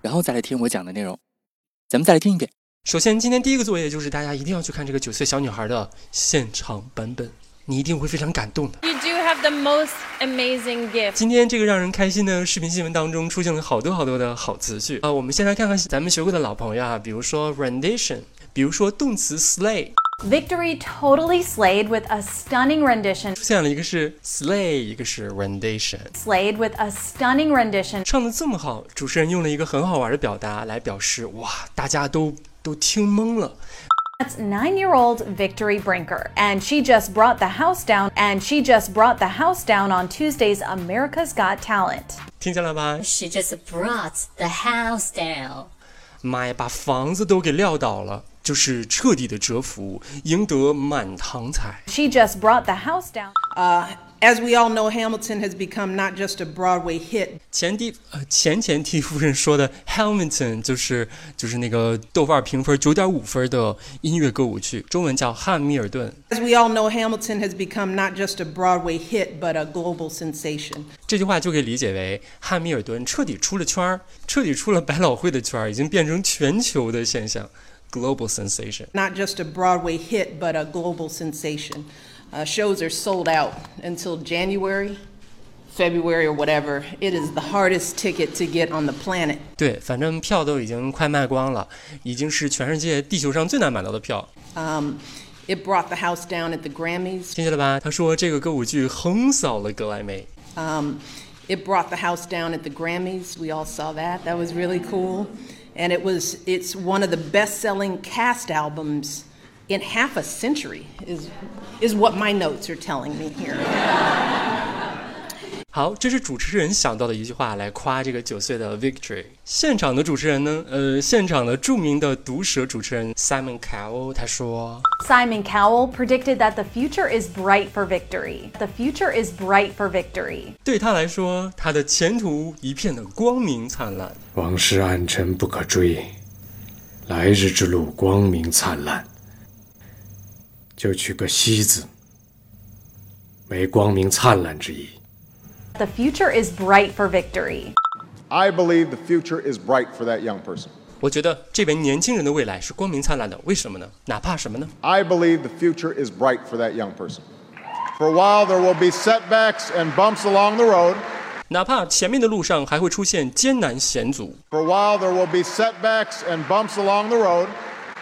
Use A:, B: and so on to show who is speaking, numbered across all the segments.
A: 然后再来听我讲的内容。咱们再来听一遍。
B: 首先，今天第一个作业就是大家一定要去看这个九岁小女孩的现场版本，你一定会非常感动的。
C: You do have the most amazing gift.
B: 今天这个让人开心的视频新闻当中出现了好多好多的好词句啊！我们先来看看咱们学过的老朋友啊，比如说 rendition，比如说动词 slay，
D: Victory totally slayed with a stunning rendition.
B: 出现了一个是 slay，一个是 rendition。
D: Slayed with a stunning rendition.
B: 唱的这么好，主持人用了一个很好玩的表达来表示，哇，大家都都听懵了。
D: That's nine year old Victory Brinker. And she just brought the house down. And she just brought the house down on Tuesday's America's Got Talent.
B: 听见了吧？
E: she just brought the house down.
B: 妈呀，把房子都给撂倒了，就是彻底的折服，赢得满堂彩。
D: She just brought the house down.
F: Uh, as we all know, Hamilton has become not just a Broadway hit,
B: 前帝呃前前帝夫人说的 Hamilton 就是就是那个豆瓣评分九点五分的音乐歌舞剧，中文叫《汉密尔顿》。
F: as we all know, Hamilton has become not just a Broadway hit, but a global sensation.
B: 这句话就可以理解为汉密尔顿彻底出了圈儿，彻底出了百老汇的圈儿，已经变成全球的现象，global sensation。
F: Not just a Broadway hit, but a global sensation. Uh, shows are sold out until January, February, or whatever. It is the hardest ticket to get on the planet.
B: 对，反正票都已经快卖光了，已经是全世界地球上最难买到的票。
F: Um, it brought the house down at the Grammys.
B: 听见了吧？他说这个歌舞剧横扫了格莱美。
F: Um, it brought the house down at the Grammys. We all saw that. That was really cool. And it was it's one of the best-selling cast albums in half a century is is what my notes are telling me here.
B: 好，这是主持人想到的一句话来夸这个九岁的 Victory。现场的主持人呢，呃，现场的著名的毒舌主持人 Simon Cowell 他说
D: Simon Cowell predicted that the future is bright for victory. The future is bright for victory.：“
B: 对他来说，他的前途一片的光明灿烂。
G: 往事暗沉不可追，来日之路光明灿烂。就取个“西”字，为光明灿烂之意。
D: The future is bright for victory.
H: I believe the future is bright for that young person. ”
B: 我觉得这位年轻人的未来是光明灿烂的，为什么呢？哪怕什么呢？
H: I believe the future is bright for that young person. For a while, there will be setbacks and bumps along the road.
B: 哪怕前面的路上还会出现艰难险阻，
H: For a while, there will be setbacks and bumps along the road.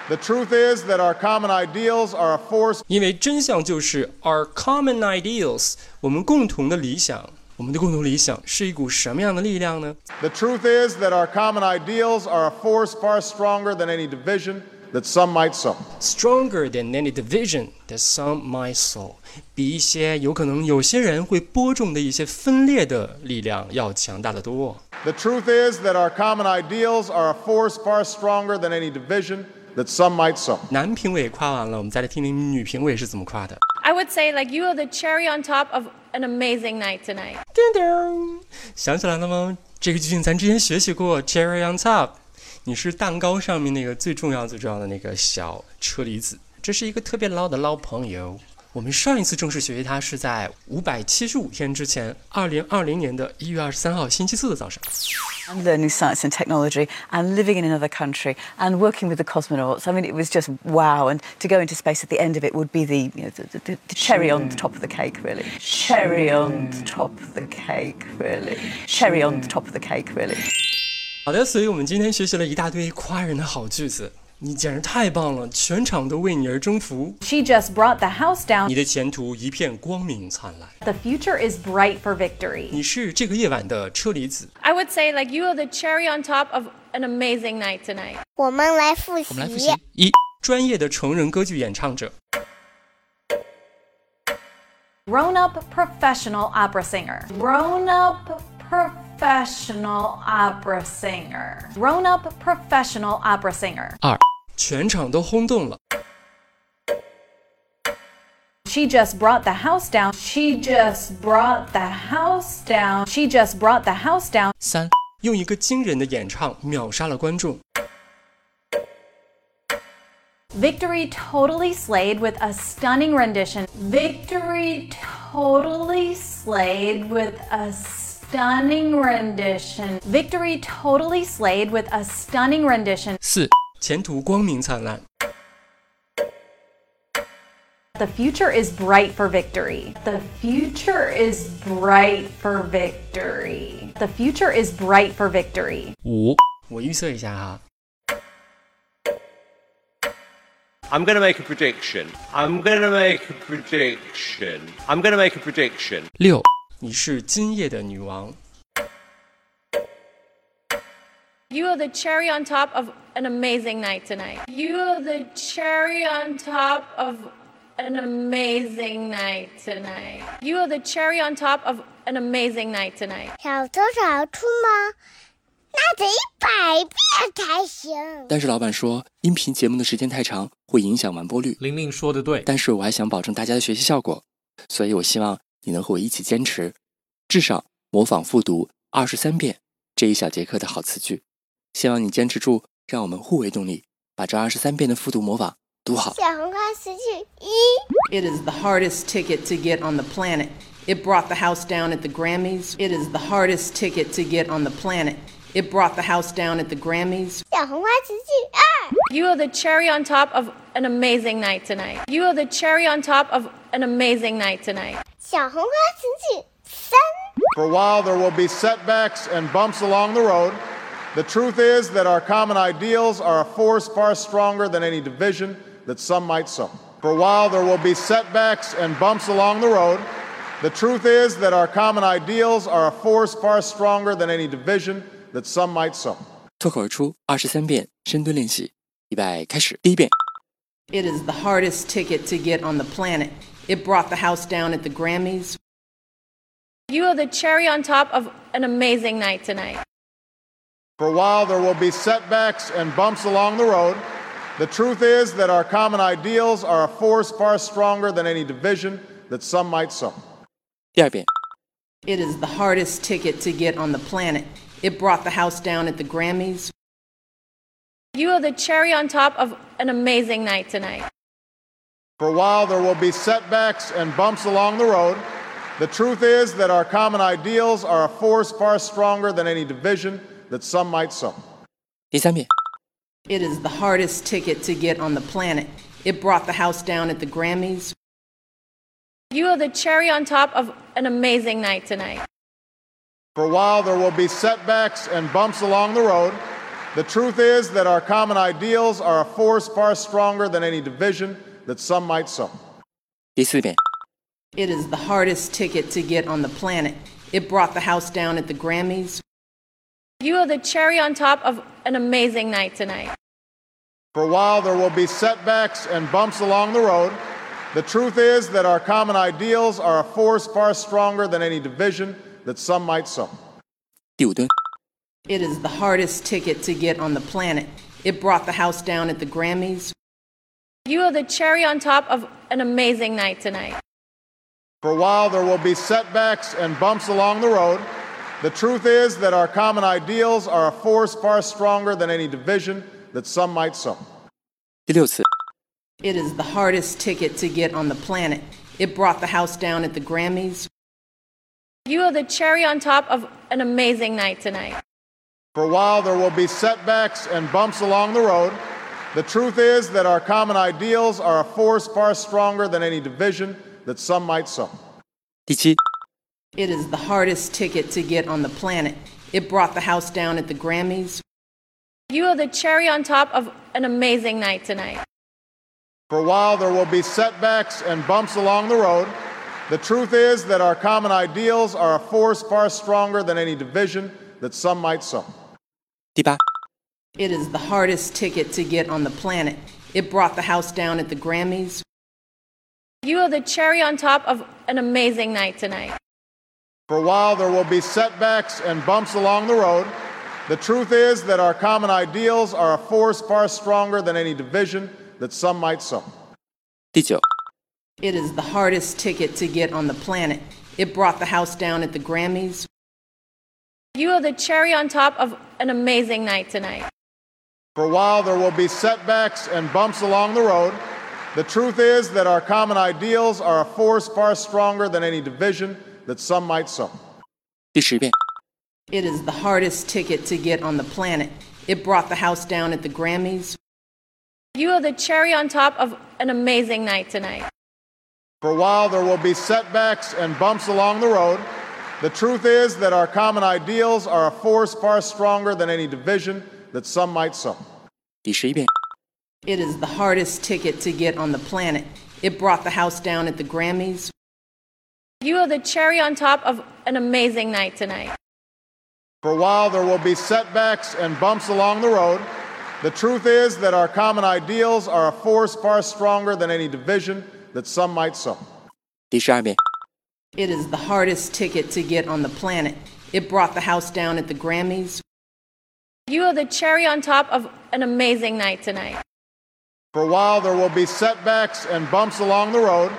H: The truth is that our common ideals are a force
B: 因为真相就是 our common ideals，我们共同的理想，我们的共同理想是一股什么样的力量呢？
H: The truth is that our common ideals are a force far stronger than any division that some might sow.
B: stronger than any division that some might sow，比一些有可能有些人会播种的一些分裂的力量要强大得多。
H: The truth is that our common ideals are a force far stronger than any division that some might sow.
B: 男评委夸完了，我们再来听听女评委是怎么夸的。
C: I would say like you are the cherry on top of an amazing night tonight.
B: 叮咚，想起来了吗？这个句型咱之前学习过，cherry on top，你是蛋糕上面那个最重要最重要的那个小车厘子，这是一个特别捞的捞朋友。我们上一次正式学习它是在五百七十五天之前，二零二零年的一月二十三号星期四的早上。
I: and learning science and technology and living in another country and working with the cosmonauts. I mean, it was just wow. And to go into space at the end of it would be the, you know, the, the, the cherry on the top of the cake, really. Cherry on the top of the cake, really. Cherry on the top of the cake, really.
B: 好的，所以我们今天学习了一大堆夸人的好句子，你简直太棒了，全场都为你而征服，
D: She just brought the house down.
B: 你的前途一片光明灿烂，
D: The future is bright for victory.
B: 你是这个夜晚的车厘子。
C: I would say like you are the cherry on top of an amazing night tonight.
J: 我们来复
B: 我
J: 习
B: 们来复习：一、专业的成人歌剧演唱者；
D: Grown up professional opera singer. Grown up professional opera singer. Grown up professional opera singer.
B: 二，全场都轰动了。
D: She just brought the house down. She just brought the house down. She just brought the house down.
B: 三，用一个惊人的演唱秒杀了观众。
D: Victory totally slayed with a stunning rendition. Victory totally slayed with a stunning rendition. Victory totally slayed with a stunning rendition.
B: 四，前途光明灿烂。
D: The future is bright for victory. The future is bright for victory. The future is bright for victory.
B: 五，我预测一下哈，
K: I'm going to make a prediction. I'm going to make a prediction. I'm going to make a prediction.
B: 六，你是今夜的女王。
C: You are the cherry on top of an amazing night tonight. You are the cherry on top of an amazing night tonight. You are the cherry on top of an amazing night tonight.
L: 小偷小兔吗？那得一百遍才行。
A: 但是老板说，音频节目的时间太长，会影响完播率。
M: 玲玲说的对，
A: 但是我还想保证大家的学习效果，所以我希望你能和我一起坚持，至少模仿复读二十三遍这一小节课的好词句。希望你坚持住，让我们互为动力，把这二十三遍的复读模仿读好。
L: 小红花词句一，
F: It is the hardest ticket to get on the planet. It brought the house down at the Grammys. It is the hardest ticket to get on the planet. It brought the house down at the Grammys.
C: 小红花词句二。You are the cherry on top of an amazing night tonight. You are the cherry on top of an amazing night tonight.
L: 小红花词句三，
H: For a while, there will be setbacks and bumps along the road. The truth is that our common ideals are a force far stronger than any division that some might sow. For a while, there will be setbacks and bumps along the road. The truth is that our common ideals are a force far stronger than any division that some might sow.
A: 脱口而出二十三遍深蹲练习，预备开始。第一遍，
F: It is the hardest ticket to get on the planet. It brought the house down at the Grammys.
C: You are the cherry on top of an amazing night tonight.
H: For a while, there will be setbacks and bumps along the road. The truth is that our common ideals are a force far stronger than any division that some might sow.
A: 第二遍，
F: It is the hardest ticket to get on the planet. It brought the house down at the Grammys.
C: You are the cherry on top of an amazing night tonight.
H: For a while, there will be setbacks and bumps along the road. The truth is that our common ideals are a force far stronger than any division that some might sow.
A: 第三遍，
F: It is the hardest ticket to get on the planet. It brought the house down at the Grammys.
C: You are the cherry on top of an amazing night tonight.
H: For a while, there will be setbacks and bumps along the road. The truth is that our common ideals are a force far stronger than any division that some might sow.
A: 第四遍，
F: It is the hardest ticket to get on the planet. It brought the house down at the Grammys.
C: You are the cherry on top of an amazing night tonight.
H: For a while, there will be setbacks and bumps along the road. The truth is that our common ideals are a force far stronger than any division that some might sow.
A: 第五蹲，
F: It is the hardest ticket to get on the planet. It brought the house down at the Grammys.
C: You are the cherry on top of an amazing night tonight.
H: For a while, there will be setbacks and bumps along the road. The truth is that our common ideals are a force far stronger than any division that some might sow.
A: 第六次，
F: It is the hardest ticket to get on the planet. It brought the house down at the Grammys.
C: You are the cherry on top of an amazing night tonight.
H: For a while, there will be setbacks and bumps along the road. The truth is that our common ideals are a force far stronger than any division that some might sow.
A: 第七，
F: It is the hardest ticket to get on the planet. It brought the house down at the Grammys.
C: You are the cherry on top of an amazing night tonight.
H: For a while, there will be setbacks and bumps along the road. The truth is that our common ideals are a force far stronger than any division that some might sow.
A: 第八，
F: It is the hardest ticket to get on the planet. It brought the house down at the Grammys.
C: You are the cherry on top of an amazing night tonight.
H: For while there will be setbacks and bumps along the road, the truth is that our common ideals are a force far stronger than any division that some might sow.
A: 第九，
F: It is the hardest ticket to get on the planet. It brought the house down at the Grammys.
C: You are the cherry on top of an amazing night tonight.
H: For while there will be setbacks and bumps along the road, the truth is that our common ideals are a force far stronger than any division that some might sow.
A: 第十遍，
F: It is the hardest ticket to get on the planet. It brought the house down at the Grammys.
C: You are the cherry on top of an amazing night tonight.
H: For while there will be setbacks and bumps along the road, the truth is that our common ideals are a force far stronger than any division that some might sow.
A: 第十一遍，
F: It is the hardest ticket to get on the planet. It brought the house down at the Grammys.
C: You are the cherry on top of an amazing night tonight.
H: For while there will be setbacks and bumps along the road, the truth is that our common ideals are a force far stronger than any division that some might sow.
A: 第十二遍，
F: It is the hardest ticket to get on the planet. It brought the house down at the Grammys.
C: You are the cherry on top of an amazing night tonight.
H: For while there will be setbacks and bumps along the road,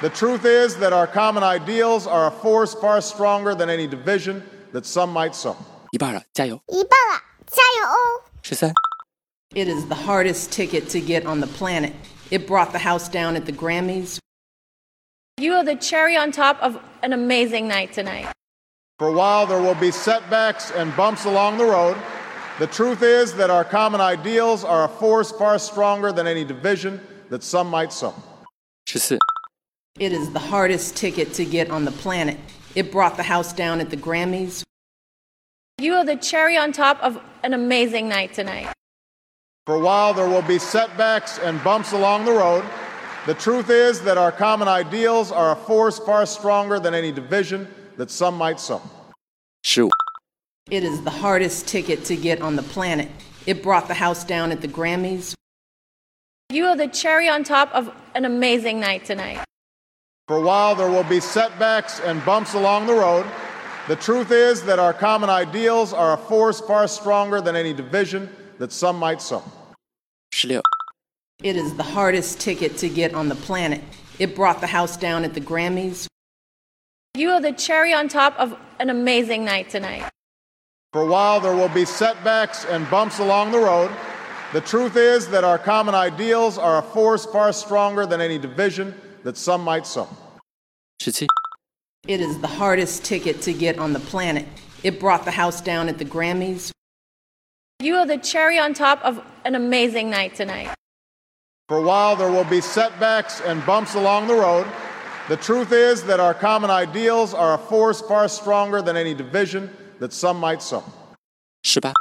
H: the truth is that our common ideals are a force far stronger than any division that some might sow.
A: 一半了，加油！
L: 一半了，加油哦！
A: 十三、
F: It is the hardest ticket to get on the planet. It brought the house down at the Grammys.
C: You are the cherry on top of an amazing night tonight.
H: For while there will be setbacks and bumps along the road, the truth is that our common ideals are a force far stronger than any division that some might sow.
A: 十四、
F: It is the hardest ticket to get on the planet. It brought the house down at the Grammys.
C: You are the cherry on top of an amazing night tonight.
H: For while there will be setbacks and bumps along the road, the truth is that our common ideals are a force far stronger than any division that some might sow.
A: 十五、
F: It is the hardest ticket to get on the planet. It brought the house down at the Grammys.
C: You are the cherry on top of an amazing night tonight.
H: For while there will be setbacks and bumps along the road, the truth is that our common ideals are a force far stronger than any division that some might sow.
A: 十六、
F: It is the hardest ticket to get on the planet. It brought the house down at the Grammys.
C: You are the cherry on top of an amazing night tonight.
H: For while there will be setbacks and bumps along the road, the truth is that our common ideals are a force far stronger than any division that some might sow.
A: 十七、
F: It is the hardest ticket to get on the planet. It brought the house down at the Grammys.
C: You are the cherry on top of an amazing night tonight.
H: For while there will be setbacks and bumps along the road, the truth is that our common ideals are a force far stronger than any division that some might sow.
A: 十八、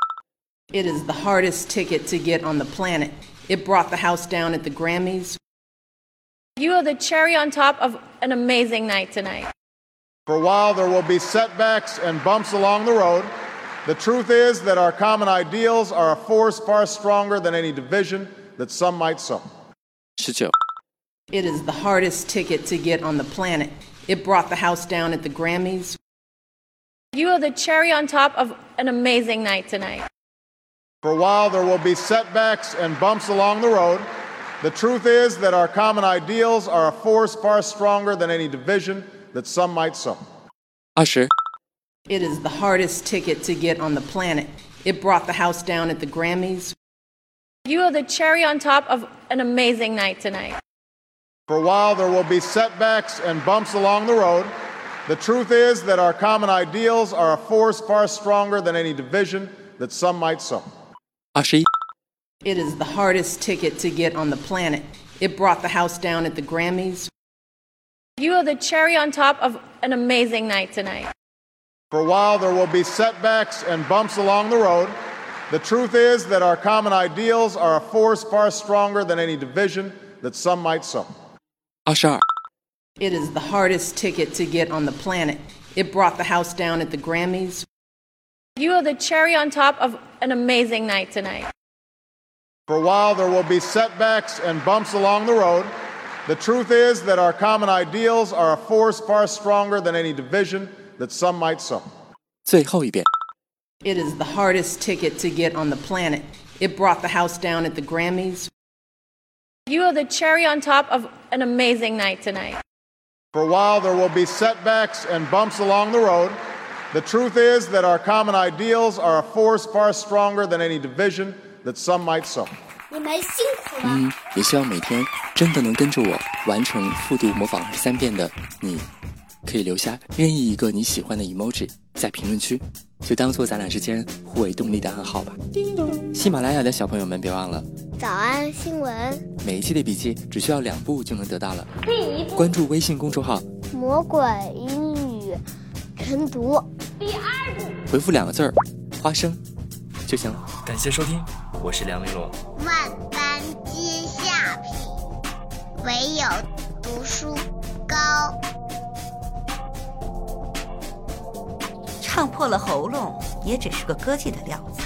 F: It is the hardest ticket to get on the planet. It brought the house down at the Grammys.
C: You are the cherry on top of an amazing night tonight.
H: For while there will be setbacks and bumps along the road, the truth is that our common ideals are a force far stronger than any division that some might sow.
A: 十九、
F: It is the hardest ticket to get on the planet. It brought the house down at the Grammys.
C: You are the cherry on top of an amazing night tonight.
H: For while there will be setbacks and bumps along the road, the truth is that our common ideals are a force far stronger than any division that some might sow.
A: 二十、
F: It is the hardest ticket to get on the planet. It brought the house down at the Grammys.
C: You are the cherry on top of an amazing night tonight.
H: For while there will be setbacks and bumps along the road, the truth is that our common ideals are a force far stronger than any division that some might sow.
A: 二十一、
F: It is the hardest ticket to get on the planet. It brought the house down at the Grammys.
C: You are the cherry on top of an amazing night tonight.
H: For while there will be setbacks and bumps along the road, the truth is that our common ideals are a force far stronger than any division that some might sow.
A: 二十二、
F: It is the hardest ticket to get on the planet. It brought the house down at the Grammys.
C: You are the cherry on top of an amazing night tonight.
H: For while there will be setbacks and bumps along the road, the truth is that our common ideals are a force far stronger than any division that some might some.
A: 最后一遍，
F: It is the hardest ticket to get on the planet. It brought the house down at the Grammys.
C: You are the cherry on top of an amazing night tonight.
H: For a while, there will be setbacks and bumps along the road. The truth is that our common ideals are a force far stronger than any division that some might sow.
L: 你们辛苦了。
A: 嗯，也希望每天真的能跟着我完成复读模仿二十三遍的你，可以留下任意一个你喜欢的 emoji 在评论区，就当做咱俩之间互为动力的暗号吧。
J: 叮咚，
A: 喜马拉雅的小朋友们，别忘了
J: 早安新闻，
A: 每一期的笔记只需要两步就能得到了。
J: 第一步
A: 关注微信公众号，
J: 魔鬼英语晨读，第二步
A: 回复两个字儿“花生”就行了。感谢收听，我是梁丽罗。
L: 万般皆下品，唯有读书高。
M: 唱破了喉咙也只是个歌妓的料子。